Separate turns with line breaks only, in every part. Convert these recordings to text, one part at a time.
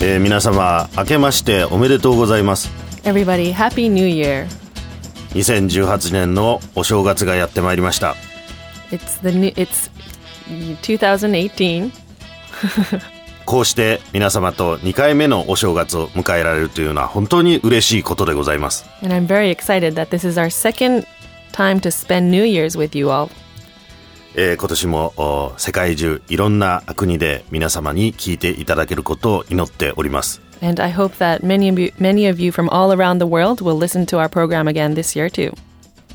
えー皆様明けましておめでとうございます
Everybody, Happy New Year.
2018年のお正月がやってまいりました
It's the new, it's 2018.
こうして皆様と2回目のお正月を迎えられるというのは本当に嬉しいことでございます
And I'm very excited that this is our second time to spend New Year's with you all.
えー今年もお世界中いろんな国で皆様に聞いていただけることを祈っております
And I hope that many of you, many of you from all around the world will listen to our program again this year too.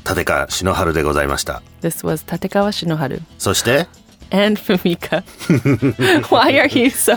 立川篠春でございました
This was Tatekawa Shinoharu
そして
and Fumika. why are you so?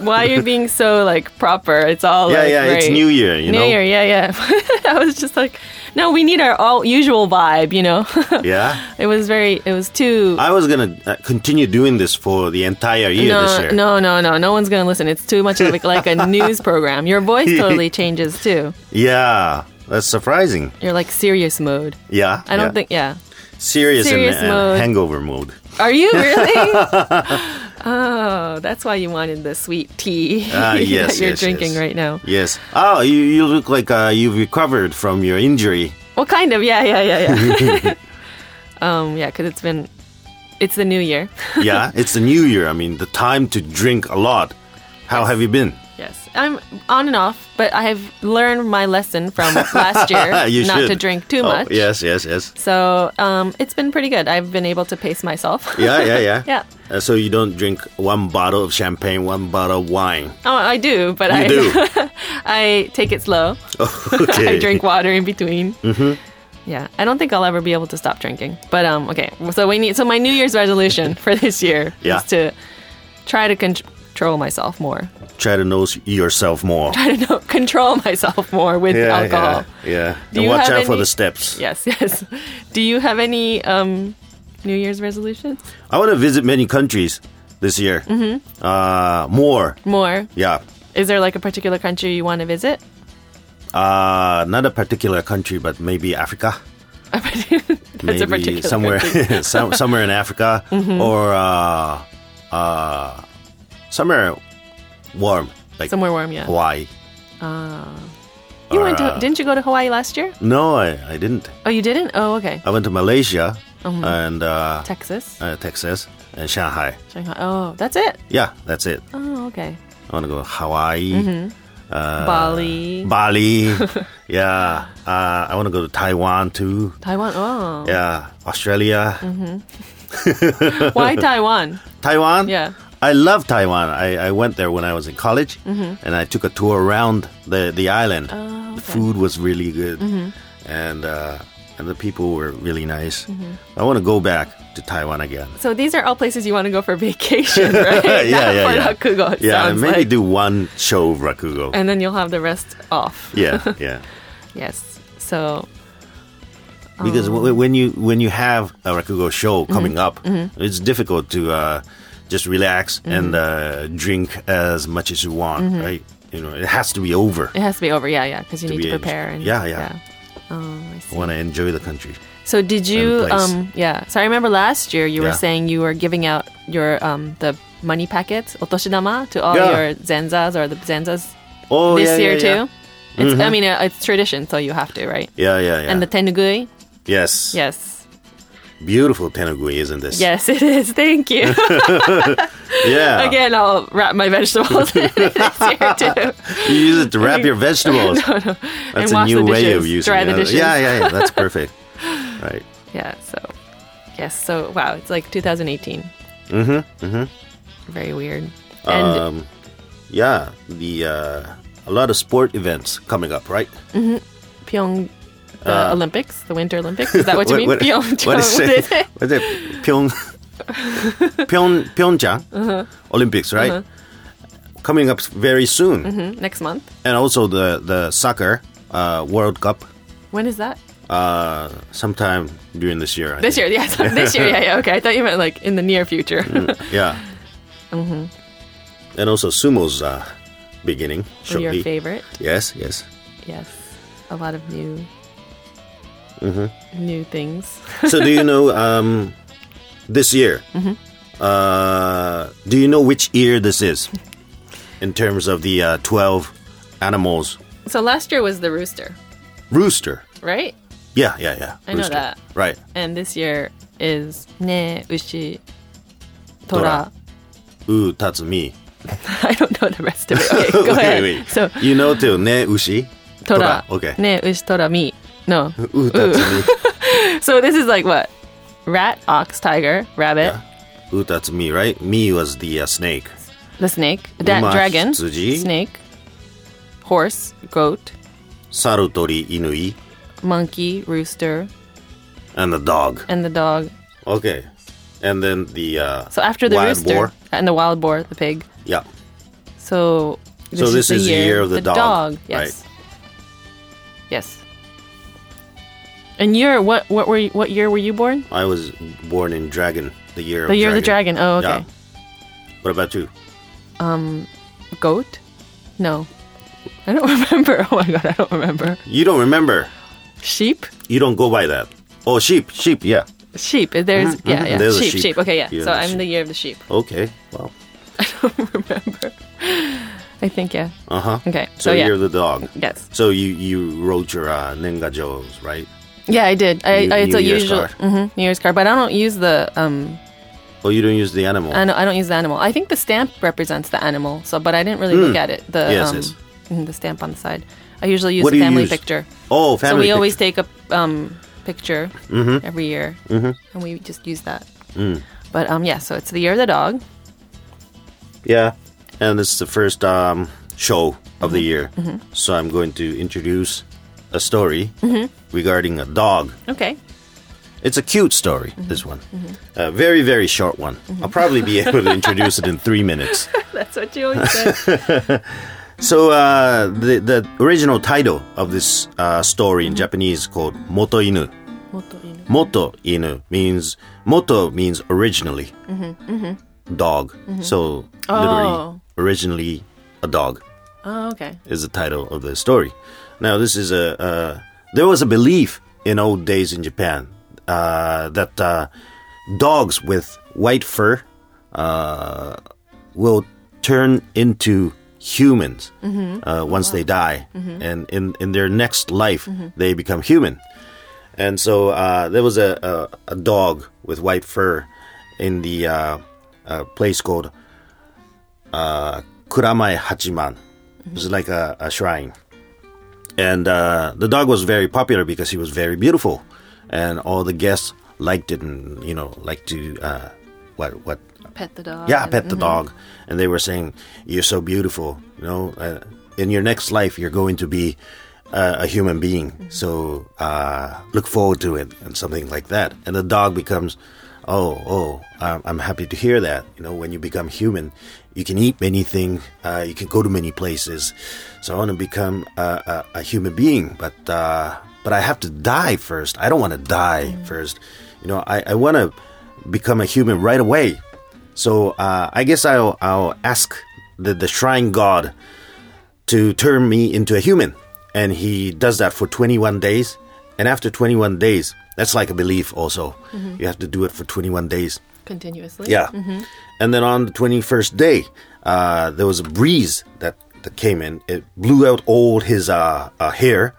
Why are you being so like proper? It's all
Yeah,
like,
yeah, it's
very-
New Year, you
New
know?
Year, yeah, yeah. I was just like, no, we need our all usual vibe, you know.
Yeah
It was very. It was too.
I was gonna uh, continue doing this for the entire year this
no,
year
no, no, no. No one's gonna listen. It's too much of a, like a news program. Your voice totally changes too.
Yeah that's surprising
You're like serious mode.
Yeah
I don't
yeah.
think. Yeah.
serious,
Serious
and, and
mode.
hangover mode
Are you really? oh, that's why you wanted the sweet tea
Ah, yes,
that you're
yes,
drinking
yes.
right now.
Yes. Oh, you, you look like uh, you've recovered from your injury.
Well, kind of. Yeah, yeah, yeah, yeah. um, yeah, because it's been, it's the new year.
Yeah, it's the new year. I mean, the time to drink a lot. How have you been?
yes, I'm on and off, but I have learned my lesson from last year not
Ah, you should.
to drink too
Oh,
much.
yes, yes, yes.
So um, it's been pretty good. I've been able to pace myself.
Yeah, yeah, yeah.
Yeah.
Uh, so you don't drink one bottle of champagne, one bottle of wine.
Oh, I do, but
You
I
do.
I take it slow.
Okay.
I drink water in between. Mm-hmm. Yeah, I don't think I'll ever be able to stop drinking. But um, okay. So we need. So my New Year's resolution for this year
Yeah.
is to try to con- control myself more.
Try to know yourself more.
I don't know, control myself more with alcohol.
yeah, yeah.
Do
and
you
watch out
have
for
any-
the steps.
Yes, yes. Do you have any um, New Year's resolutions?
I want to visit many countries this year. Mm-hmm. Uh, more.
More?
Yeah.
Is there like a particular country you want to visit?
Uh, not a particular country, but maybe Africa.
That's a
maybe
particular
somewhere
country. Mm-hmm.
some, somewhere in Africa or uh, uh, somewhere warm like
Somewhere warm, yeah.
Hawaii.
You went to, didn't you go to Hawaii last year?
No, I, I didn't.
Uh, Oh, you didn't? Oh, okay.
I went to Malaysia
Mm-hmm.
and uh,
Texas,
uh, Texas and Shanghai.
Shanghai. Oh, that's it.
Yeah, that's it.
Oh, okay.
I want to go to Hawaii,
Mm-hmm. Uh, Bali,
Bali. yeah, uh, I want to go to Taiwan too.
Taiwan. Oh,
Yeah, Australia,
why Taiwan?
Taiwan.
Yeah.
I love Taiwan. I, I went there when I was in college,
Mm-hmm.
and I took a tour around the the island.
Oh,
The food was really good,
Mm-hmm.
and uh, and the people were really nice.
Mm-hmm.
I want to go back to Taiwan again.
So these are all places you want to go for vacation, right? yeah, for Rakugo, it
yeah.
sounds
And maybe
like.
do one show of rakugo.
and then you'll have the rest off.
yeah, yeah.
Yes. So
Because
Oh.
w- when you when you have a rakugo show
Mm-hmm.
coming up, it's difficult to uh, just relax
Mm-hmm.
and uh, drink as much as you want, right? You know, it has to be over.
it has to be over. Yeah, yeah, because you need
be
to
able-
prepare. And,
yeah, yeah.
Oh, I see.
want to enjoy the country.
So did you?
place.
Um, yeah. So I remember last year you were
Yeah.
saying you were giving out your um the money packets otoshidama to all
Yeah.
your zenzas or the zenzas
Oh,
this
yeah,
year
yeah,
too.
yeah.
It's, I mean, uh, it's tradition, so you have to, right?
Yeah, yeah, yeah.
And the tenugui,
yes,
yes,
beautiful Tenugui, isn't this?
yes, it is. Thank you.
yeah.
Again, I'll wrap my vegetables in it this year too,
You use it to wrap your vegetables.
and
That's a
wash
new
the dishes,
way of using
dry
it.
the dishes.
Yeah, yeah, yeah. That's perfect. right.
Yeah, so yes, so wow, it's like 2018. Mm-hmm. Mm-hmm. Very weird. And
Um, yeah, the uh, a lot of sport events coming up, right?
Pyong the Olympics, the Winter Olympics. Is that what you mean?
uh,
Pyeongchang.
what is
what is
it? What is it? Pyong, Pyong, Pyeongchang
Uh-huh.
Olympics, right? Coming up very soon,
it? Mm-hmm. Next month.
and also the the soccer uh, World Cup
When is that?
uh, sometime during this year. I
This year,
think.
yes. this year, yeah, yeah. Okay, I thought you meant like in the near future.
Yeah.
Mm-hmm.
And also sumo's uh, beginning
Your
shortly.
favorite,
Yes, yes.
yes. A lot of new, new things.
So do you know um,
Mm-hmm.
this year? Uh, do you know which year this is? in terms of the uh, 12 animals.
So last year was the rooster,
Rooster.
right?
Yeah, yeah, yeah.
I know
rooster.
that.
Right.
And this year is ne ushi
Tora.
tora.
Ooh, tatsumi.
I don't know the rest of it. Okay, go ahead. So
you know too. Ne ushi.
tora.
Okay.
Ne ushi tora mi. No.
Ooh, tatsumi.
So this is like what? Rat, ox, tiger, rabbit,
Ooh, tatsumi. Right. Me was the uh, snake.
the snake, da-
Uma,
dragon,
hitsuji.
snake, horse, goat,
Saru, tori, inui,
monkey, rooster,
and the dog.
and the dog.
Okay. And then the. Uh,
So after the
wild boar.
rooster and the wild boar, the pig.
Yeah.
So this,
So this
the
is the year of the dog,
Yes. Yes. And year what what were you, what year were you born?
I was born in Dragon, the year of
The year of the dragon. Oh, okay.
Yeah. What about you?
Goat? No. I don't remember. Oh my god, I don't remember.
You don't remember.
Sheep?
You don't go by that. Oh, sheep, sheep, yeah.
Sheep. There's yeah,
mhm.
yeah.
There's a
sheep,
sheep.
sheep, Okay, yeah.
Yeah,
so
the
I'm
sheep.
the year of the sheep.
Okay, wow.
remember. I think yeah.
Uh huh.
Okay.
So
So, Oh, yeah.
you're the dog.
Yes.
So you you wrote your uh, Nengajos, right?
Yeah, I did. I,
New-
I it's a
New Year's
usual
card.
mhm, New Year's card, but I don't use the um
Oh, you don't use the animal.
I don't, I don't use the animal. I think the stamp represents the animal. So, but I didn't really look at it. The
Hmm. Yes,
um,
yes.
mm, the stamp on the side. I usually use
What
the
do you
family
use?
picture.
oh,
so
family.
we always
picture. Mm-hmm.
take a um, picture every year, and we just use that.
Mm.
But um, yeah. So it's the year of the dog.
Yeah, and it's the first um, show of the year. So I'm going to introduce a story regarding a dog.
Okay.
It's a cute story, this one. A very, very short one. I'll probably be able to introduce it in three minutes.
That's what you always say.
So, uh, the, the original title of this uh, story in Japanese is called Moto Inu.
Moto inu.
Moto Inu means, Moto means originally, dog. So, literally,
Oh.
originally a dog
Oh, okay.
is the title of the story. Now, this is a uh, there was a belief in old days in Japan uh, that uh, dogs with white fur uh, will turn into humans uh, once they die, and in in their next life they become human. And so uh, there was a, a a dog with white fur in the uh, uh, place called uh, Kuramai Hachiman. It was like a, a shrine. And uh, the dog was very popular because he was very beautiful, and all the guests liked it, and you know, liked to uh, what what
Pet the dog.
yeah,
and-
pet the dog, and they were saying, "You're so beautiful, you know. Uh, in your next life, you're going to be uh, a human being, so uh, look forward to it," and something like that. And the dog becomes, "Oh, oh, I'm, I'm happy to hear that. You know, when you become human, you can eat many things, uh, you can go to many places. So I want to become a, a, a human being, but uh, but I have to die first. I don't want to die first. You know, I, I want to." become a human right away so uh, I guess I'll I'll ask the, the shrine god to turn me into a human, and he does that for 21 days. And after 21 days, that's like a belief. Also, you have to do it for 21 days.
Continuously.
Yeah. And then on the 21st day, uh, there was a breeze that, that came in. It blew out all his uh, uh, hair,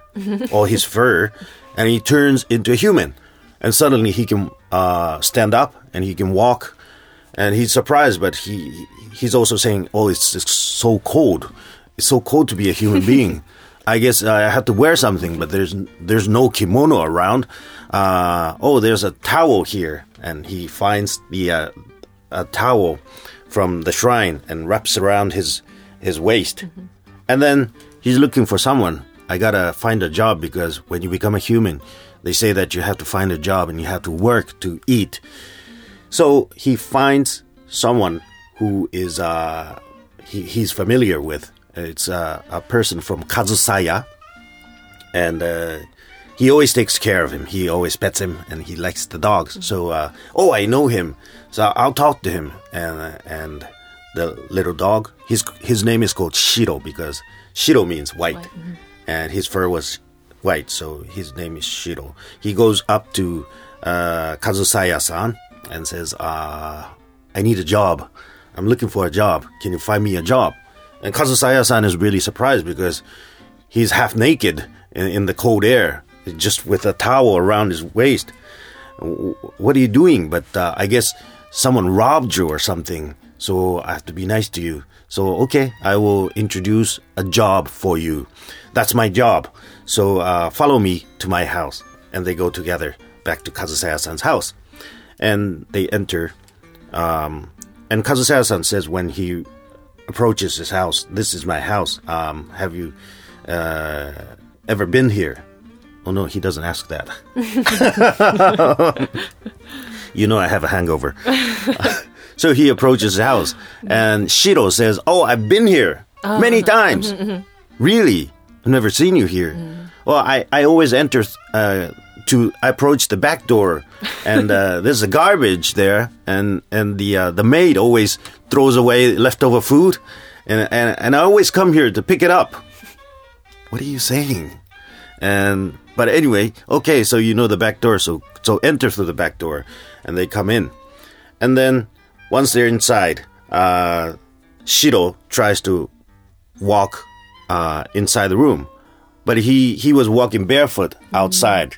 all his fur, and he turns into a human. And suddenly he can uh, stand up and he can walk. And he's surprised, but he he's also saying, "Oh, it's, it's so cold. It's so cold to be a human being. I guess I have to wear something, but there's there's no kimono around. Uh, oh, there's a towel here, and he finds the uh, a towel from the shrine and wraps around his his waist, and then he's looking for someone. I gotta find a job because when you become a human, they say that you have to find a job and you have to work to eat. So he finds someone who is uh, he, he's familiar with. It's uh, a person from Kazusaya, and uh, he always takes care of him. He always pets him, and he likes the dogs. So, uh, oh, I know him, so I'll talk to him. And uh, and the little dog, his his name is called Shiro because Shiro means white, and his fur was white, so his name is Shiro. He goes up to uh, Kazusaya-san and says, uh, "I need a job. I'm looking for a job. Can you find me a job?" And Kazusaya-san is really surprised because he's half naked in, in the cold air, just with a towel around his waist. W- What are you doing? But uh, I guess someone robbed you or something, so I have to be nice to you. So okay, I will introduce a job for you. That's my job. So uh, follow me to my house, and they go together back to Kazusaya-san's house, and they enter. Um, and Kazusaya-san says when he approaches his house, "This is my house. Um, have you uh, ever been here?" Oh no, he doesn't ask that. you know, I have a hangover. so he approaches his house, and Shiro says, "Oh, I've been here many times. Really, I've never seen you here. Well, I I always enter." Uh, to I approach the back door, and uh, there's a garbage there, and and the uh, the maid always throws away leftover food, and, and and I always come here to pick it up. What are you saying? And but anyway, okay, so you know the back door, so so enter through the back door, and they come in, and then once they're inside, uh, Shiro tries to walk uh, inside the room, but he he was walking barefoot outside.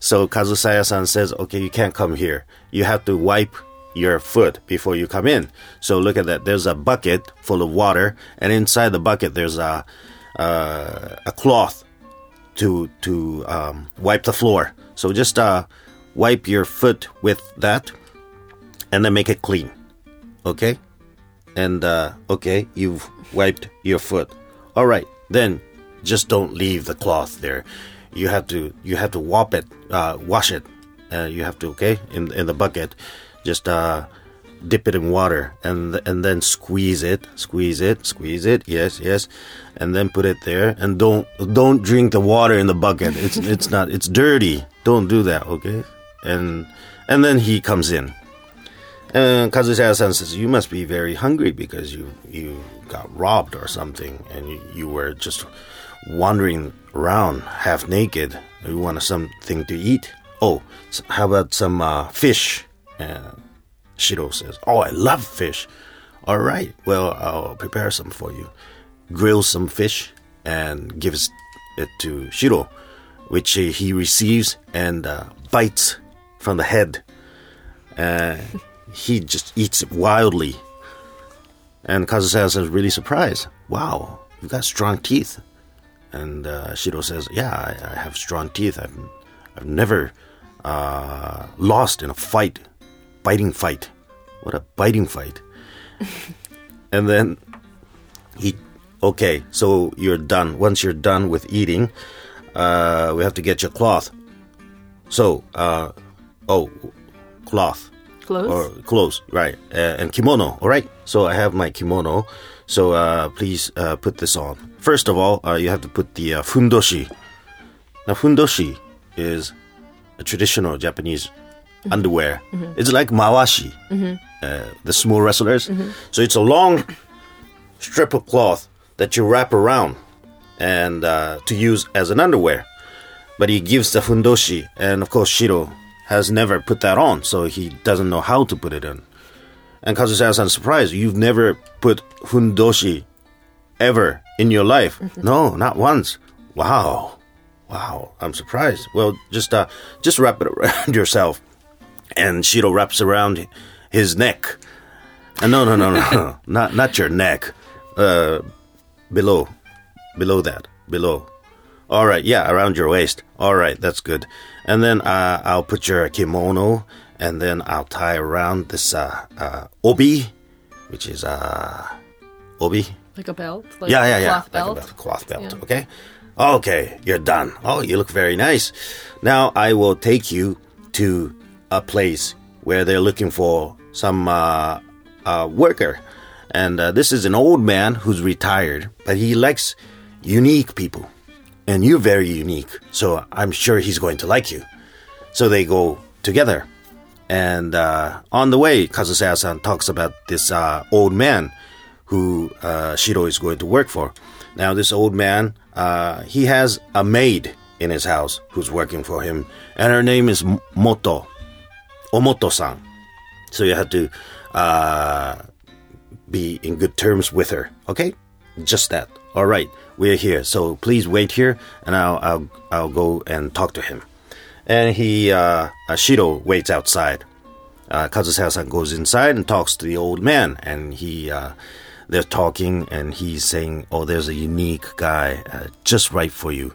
So Kazusaya-san says, "Okay, you can't come here. You have to wipe your foot before you come in." So look at that. There's a bucket full of water, and inside the bucket there's a uh, a cloth to to um, wipe the floor. So just uh, wipe your foot with that, and then make it clean. Okay, and uh, okay, you've wiped your foot. All right, then just don't leave the cloth there. You have to you have to wop it, uh, wash it. Uh, you have to okay in in the bucket, just uh, dip it in water and and then squeeze it, squeeze it, squeeze it. Yes, yes, and then put it there. And don't don't drink the water in the bucket. It's it's not it's dirty. Don't do that. Okay, and and then he comes in. And Kazuya-san says, "You must be very hungry because you you got robbed or something, and you, you were just wandering around half naked. You want something to eat? Oh, s- how about some uh, fish?" And Shiro says, "Oh, I love fish. All right, well, I'll prepare some for you. Grill some fish and gives it to Shiro, which uh, he receives and uh, bites from the head." uh, he just eats it wildly. And Kazuya says, really surprised. Wow, you've got strong teeth. And uh, Shiro says, yeah, I, I have strong teeth. I've, I've never uh, lost in a fight, biting fight. What a biting fight. and then he, okay, so you're done. Once you're done with eating, uh, we have to get your cloth. So, uh, oh, cloth
Clothes?
or clothes, right? Uh, and kimono, all right? So I have my kimono. So uh, please uh, put this on. First of all, uh, you have to put the uh, fundoshi. Now, fundoshi is a traditional Japanese underwear. It's like mawashi, uh, the sumo wrestlers. So it's a long strip of cloth that you wrap around and uh, to use as an underwear but he gives the fundoshi, and of course Shiro has never put that on, so he doesn't know how to put it in. And Kazuya-san surprised, you've never put fundoshi ever in your life. no, not once. Wow. Wow, I'm surprised. Well, just uh just wrap it around yourself. And Shiro wraps around his neck. Uh, no, no, no, no. not not your neck. Uh below. Below that. Below. All right, yeah, around your waist. All right, that's good. And then uh, I'll put your kimono, and then I'll tie around this uh, uh, obi, which is uh, obi.
Like a belt? Like
Yeah, yeah,
a
yeah.
Cloth
like a
belt?
belt, cloth belt. Okay, okay, you're done. Oh, you look very nice. Now I will take you to a place where they're looking for some uh, uh, worker, and uh, this is an old man who's retired, but he likes unique people and you're very unique, so I'm sure he's going to like you. So they go together. And uh, on the way, Kazuya san talks about this uh, old man who uh, Shiro is going to work for. Now, this old man, uh, he has a maid in his house who's working for him, and her name is M- Moto, Omoto san. So you have to uh, be in good terms with her, okay? just that. All right, we're here. So please wait here, and I'll I'll, I'll go and talk to him. And he uh, uh, Shiro waits outside. Uh, Kazusawa-san goes inside and talks to the old man, and he uh, they're talking, and he's saying, "Oh, there's a unique guy uh, just right for you."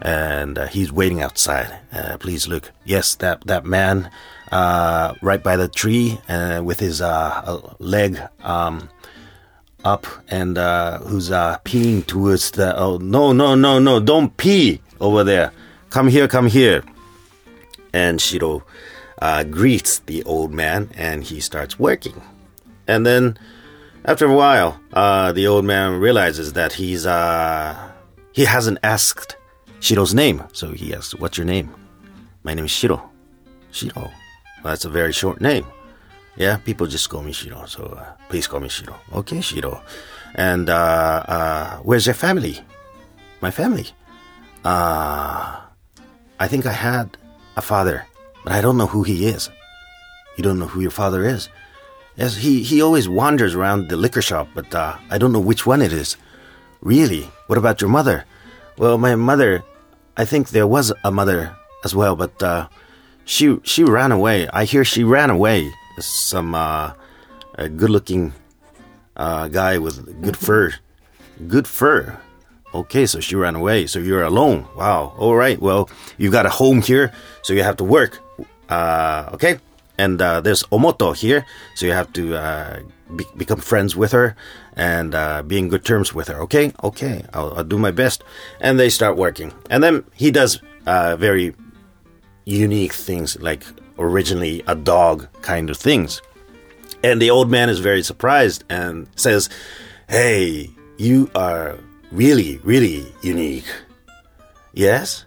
And uh, he's waiting outside. Uh, please look. Yes, that that man uh, right by the tree uh, with his uh, uh, leg um, up and uh, who's uh, peeing towards the. Oh, no, no, no, no, don't pee over there. Come here, come here. And Shiro uh, greets the old man and he starts working. And then after a while, uh, the old man realizes that he's. Uh, he hasn't asked Shiro's name. So he asks, What's your name? My name is Shiro. Shiro. Well, that's a very short name. Yeah, people just call me Shiro, so uh, please call me Shiro. Okay, Shiro. And uh, uh, where's your family? My family. Uh, I think I had a father, but I don't know who he is. You don't know who your father is? Yes, he, he always wanders around the liquor shop, but uh, I don't know which one it is. Really? What about your mother? Well, my mother, I think there was a mother as well, but uh, she she ran away. I hear she ran away. Some uh, a good-looking uh, guy with good fur, good fur. Okay, so she ran away. So you're alone. Wow. All right. Well, you got a home here, so you have to work. Uh, okay. And uh, there's Omoto here, so you have to uh, be- become friends with her and uh, be in good terms with her. Okay, okay, I'll, I'll do my best. And they start working. And then he does uh, very unique things, like originally a dog kind of things. And the old man is very surprised and says, Hey, you are really, really unique. Yes?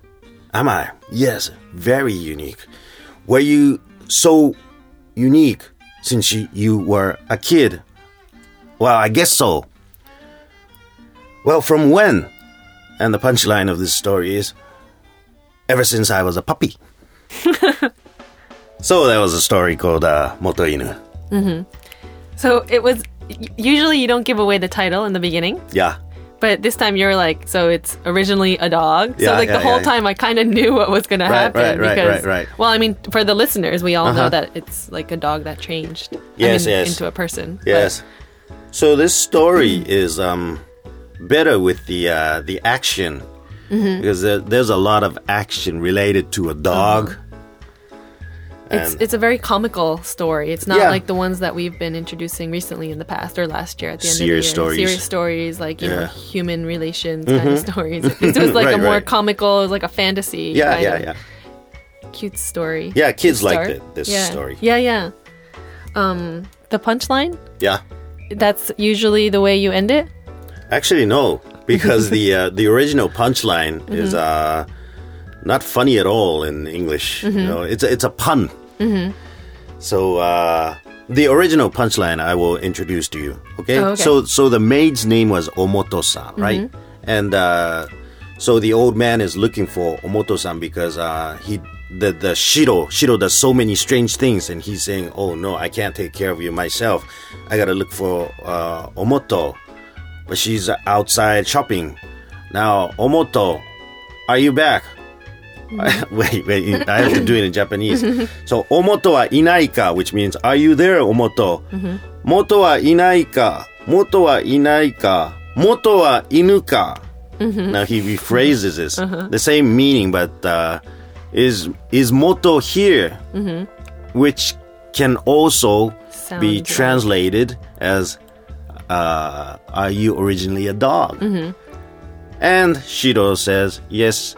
Am I? Yes, very unique. Were you so unique since you, you were a kid? Well, I guess so. Well, from when? And the punchline of this story is ever since I was a puppy. so that was a story called uh, Moto Inu.
So it was. Usually, you don't give away the title in the beginning,
Yeah.
but this time you're like, so it's originally a dog. so
Yeah,
like
yeah,
the whole
yeah.
time, I kind of knew what was gonna
Right,
happen.
right, right, right,
because,
right.
Well, I mean, for the listeners, we all know that it's like a dog that changed. I
Yes,
mean,
yes.
Into a person. but-
Yes. So this story is um, better with the uh, the action
Mm-hmm.
because there, there's a lot of action related to a dog.
Uh-huh. It's,
And-
it's a very comical story. It's not
Yeah.
like the ones that we've been introducing recently in the past or last year at the end
Serious
of the year.
stories.
Serious stories, like you know,
Yeah. Mm-hmm.
human relations kind of stories. This was like a
Right,
more
right.
comical, like a fantasy,
Yeah,
kind
yeah,
of
yeah.
cute story.
Yeah, kids
to
like
start.
thi- this
yeah.
story.
Yeah, yeah. Um, the punchline.
Yeah.
That's usually the way you end it.
Actually, no, because the uh, the original punchline is
Mm-hmm.
uh, not funny at all in English.
Mm-hmm.
You know, it's a, it's a pun. So uh, the original punchline I will introduce to you. Okay?
Oh, okay. Mm-hmm.
So so the maid's name was Omoto-san, right? And uh, so the old man is looking for Omoto-san because uh, he. The, the Shiro Shiro does so many strange things, and he's saying, "Oh no, I can't take care of you myself. I gotta look for uh, Omoto." but she's outside shopping. Now, Omoto, are you back? wait, wait, I have to do it in Japanese. so, Omoto wa inaika, which means, are you there, Omoto? Moto wa inaika, moto wa inaika, moto wa inuka. Now, he rephrases this. The same meaning, but uh, is, is moto here? Which can also
Sound
be
like-
translated as uh, are you originally a dog? And Shiro says, yes,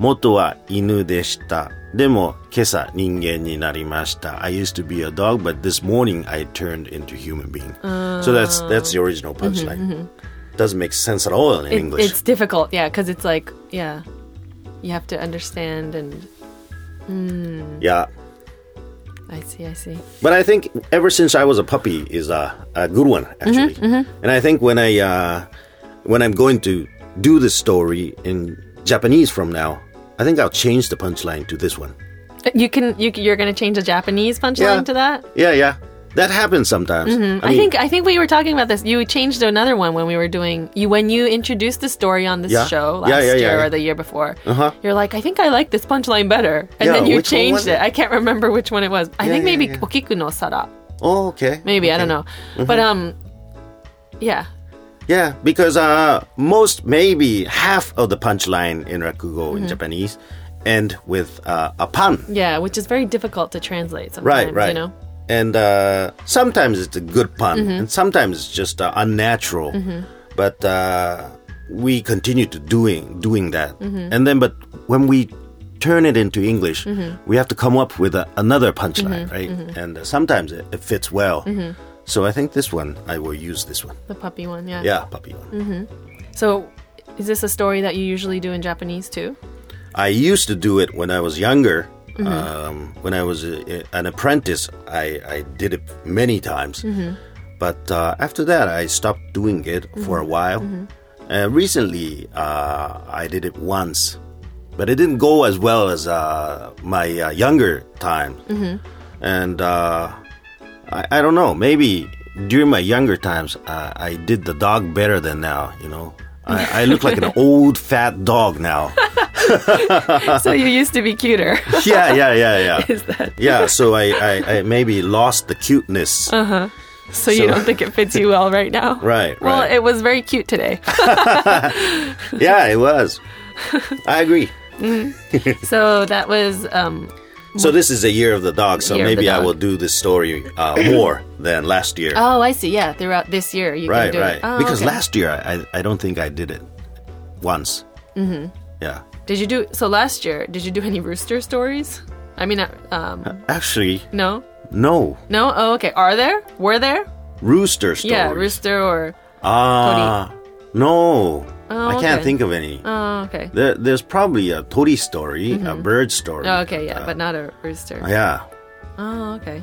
元は犬でした。でも今朝人間になりました。I used to be a dog, but this morning I turned into human being. so that's
Ah.
that's the original punchline. Doesn't make sense at all in
Mm-hmm, It-
English.
It's difficult, yeah, because it's like yeah, you have to understand and
yeah.
I see, I see.
But I think ever since I was a puppy is a, a good one
Mm-hmm,
actually, and I think when I uh, when I'm going to do this story in Japanese from now, I think I'll change the punchline to this one.
You can you you're gonna change the Japanese punchline
Yeah.
to that.
Yeah, yeah. That happens sometimes.
Mm-hmm. I, think I think we were talking about this. You changed another one when we were doing you when you introduced the story on this
Yeah.
show
Yeah,
last
yeah, yeah,
year
yeah.
or the year before.
Uh-huh.
You're like, I think I like this punchline better, and
Yeah,
then you
which one was
changed it?
it?
I can't remember which one it was. I
Yeah,
think
yeah,
maybe
yeah.
Okiku no Sara.
Oh, okay.
Maybe I
Okay. Mm-hmm.
don't know, but um, yeah,
Yeah, because uh, most, maybe half of the punchline in Rakugo
Mm-hmm.
in Japanese end with uh, a pun.
yeah, which is very difficult to translate. Sometimes,
Right, right.
You know, Mm-hmm.
And uh, sometimes it's a good pun, and sometimes it's just uh, unnatural. But uh, we continue to doing doing that,
Mm-hmm.
and then but when we turn it into English,
Mm-hmm.
we have to come up with a, another punchline, right? And uh, sometimes it, it fits well.
Mm-hmm.
So I think this one I will use this one.
the puppy one. Yeah.
Yeah, puppy one.
So, is this a story that you usually do in Japanese too?
Uh-huh. I used to do it when I was younger. Um, when I was a, an apprentice, I, I did it many times. But uh, after that, I stopped doing it for a while. Uh, recently, uh, I did it once, but it didn't go as well as uh, my uh, younger time. And uh, I, I don't know, maybe during my younger times, uh, I did the dog better than now, you know. I, I look like an old fat dog now.
so you used to be cuter.
yeah, yeah, yeah, yeah.
is that
Yeah, so I, I, I maybe lost the cuteness.
Uh. so?
So-
You don't think it fits you well right now?
Right,
Well,
right.
it was very cute today.
Yeah, it was. I agree.
So that was um,
So this is the year of the dog, so
Year of the
maybe I
dog.
will do this story uh, more than last year.
Oh, I see. Yeah, throughout this year, you
right,
can do
right.
it. Oh,
because
okay.
last year I, I, I don't think I did it once. Mm-hmm. Yeah.
did you do so? Last year, did you do any rooster stories? I mean, uh, um,
Actually,
no,
no.
no. Oh, okay. Are there? Were there?
Rooster stories.
Yeah, rooster or
Ah, no.
Oh,
I can't
okay.
think of any.
oh, okay,
There, there's probably a toady story, a bird story.
oh, okay, yeah, but not a rooster.
Yeah.
Oh, okay.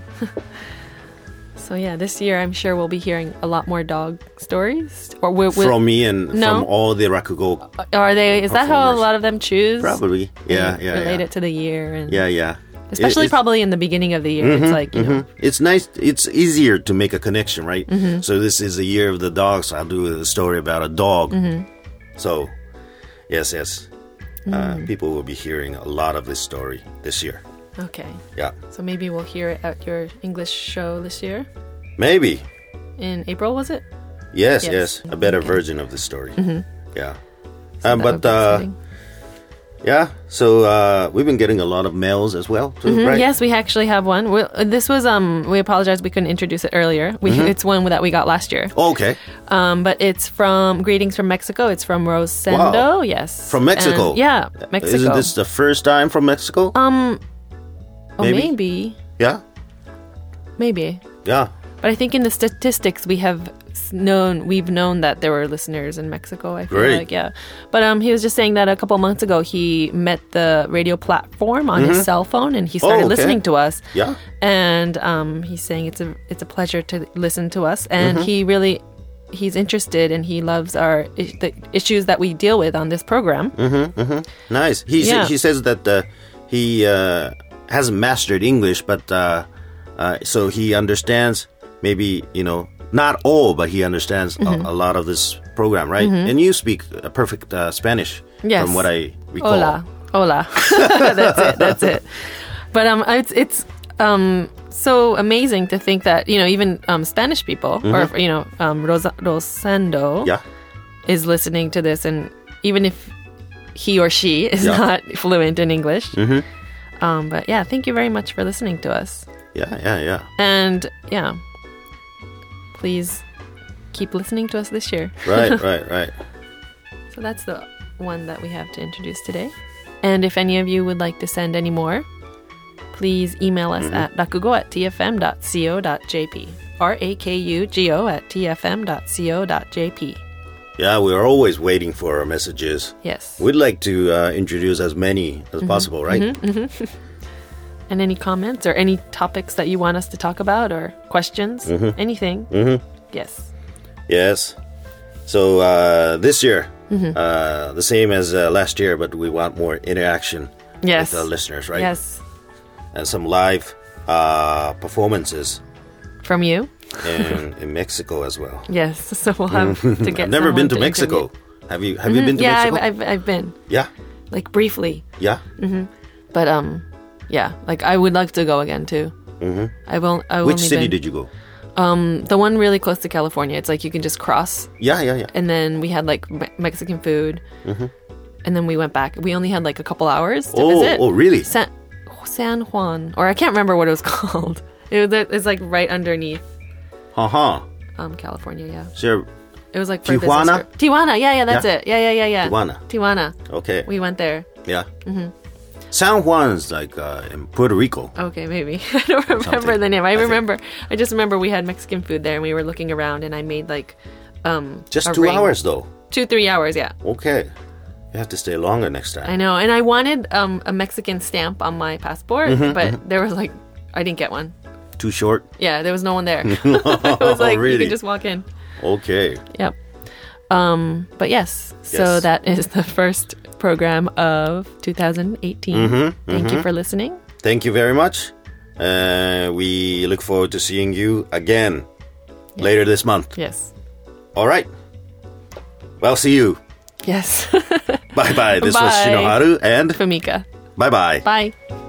so yeah, this year I'm sure we'll be hearing a lot more dog stories. Or will, will,
from me and
No.
from all the Rakugo
are they? Is that how a
performers.
lot of them choose?
Probably. Yeah, yeah.
Relate
yeah.
it to the year and
Yeah, Mm-hmm, yeah.
especially
It- it's,
probably in the beginning of the year. it's like you know,
it's nice. It's easier to make a connection, right?
Mm-hmm.
So this is the year of the dog. So I'll do a story about a dog.
Mm-hmm.
So, yes, yes.
Mm-hmm.
Uh, people will be hearing a lot of this story this year.
okay.
Yeah,
So maybe we'll hear it at your English show this year.
maybe.
In April, was it?
Yes,
Yes. Mm-hmm.
yes. A better version of the story. Yeah.
So
Um,
that
but
would be
uh,
exciting.
yeah, so uh, we've been getting a lot of mails as well, too,
Mm,
right?
yes, we actually have one. We, uh, this was um, we apologize we couldn't introduce it earlier. We,
Mm-hmm.
It's one that we got last year.
Okay.
Um, but it's from greetings from Mexico. It's from Rosendo.
Wow.
Yes,
From Mexico. Uh,
And- yeah, Mexico. Um,
Isn't this the first time from Mexico?
oh,
maybe?
maybe,
yeah.
maybe.
Yeah.
But I think in the statistics we have s- known we've known that there were listeners in Mexico. I feel
Great.
like yeah. But um, he was just saying that a couple months ago he met the radio platform on his cell phone and he started
Mm-hmm. Oh, okay.
listening to us.
Yeah.
And um, he's saying it's a it's a pleasure to listen to us, and
Mm-hmm.
he really he's interested and he loves our i- the issues that we deal with on this program.
Nice. He sa-
Yeah.
he says that uh, he uh, hasn't mastered English, but uh, uh, so he understands maybe you know not all, but he understands
Mm-hmm.
a, a lot of this program, right? And you speak uh, perfect uh, Spanish,
Yes.
from what I recall.
Hola, hola. that's it. That's it. But um, it's it's um so amazing to think that you know even um Spanish people or you know um Rosa- Rosendo
Mm-hmm. Yeah.
is listening to this, and even if he or she is
Yeah. Mm-hmm.
not fluent in English. Um, but yeah, thank you very much for listening to us,
Yeah. Yeah. Yeah.
and yeah, please keep listening to us this year.
Right. right. Right.
So that's the one that we have to introduce today. And if any of you would like to send any more, please email us
Mm-hmm.
at rakugo at tfm.co.jp. R A K U G O at tfm.co.jp.
Yeah. We are always waiting for our messages.
Yes.
We'd like to uh, introduce as many as
Mm-hmm.
possible, right?
And any comments or any topics that you want us to talk about or questions?
Mm-hmm.
Anything? Yes.
Yes. So uh, this year,
Mm-hmm.
uh, the same as uh, last year, but we want more interaction
Yes.
with the listeners, right?
Yes.
And some live uh, performances
from you.
and in Mexico as well.
Yes, so we'll have to get.
Mm-hmm. I've never
someone
been to Mexico.
interview.
Have you? Have you been to
Mm-hmm. yeah,
Mexico?
I've, I've I've been
yeah,
like briefly,
yeah.
but um, yeah, like I would like to go again too. Mm-hmm. I've only I've
Which
only
city
been,
did you go?
the one really close to California. It's like you can just cross,
Yeah, yeah, yeah.
and then we had like me- Mexican food, and then we went back. We only had like a couple hours
Mm-hmm.
to
Oh,
visit.
oh, really?
San, San Juan, or I can't remember what it was called. It was it's like right underneath
Uh huh.
um California. Yeah,
Sure.
it was like for a business
Tijuana?
trip. Tijuana, yeah, yeah, that's
Yeah.
it. Yeah, yeah, yeah, yeah.
Tijuana.
Tijuana.
Okay.
We Mm-hmm. went there.
yeah. San Juan's like uh, in Puerto Rico.
Okay, maybe. I don't remember
Something,
the name. I,
I think.
remember. I just remember we had Mexican food there, and we were looking around, and I made like um
Just
a
two
ring.
hours though.
two three hours. Yeah,
Okay. You have to stay longer next
I
time.
know. And I wanted um a Mexican stamp on my passport,
Mm-hmm,
but there was like I didn't get one.
Too short.
Yeah, there was no one there. it was like you
Oh, really?
could just walk in.
Okay.
Yep. Um, but yes, so
Yes.
that is the first program of 2018.
Mm-hmm,
Thank you for listening.
Thank you very much. Uh, we look forward to seeing you again later this month.
Yes.
All right. Well, see you.
Yes.
Bye bye. This was
Bye.
Shinoharu and
Famika.
bye bye.
Bye.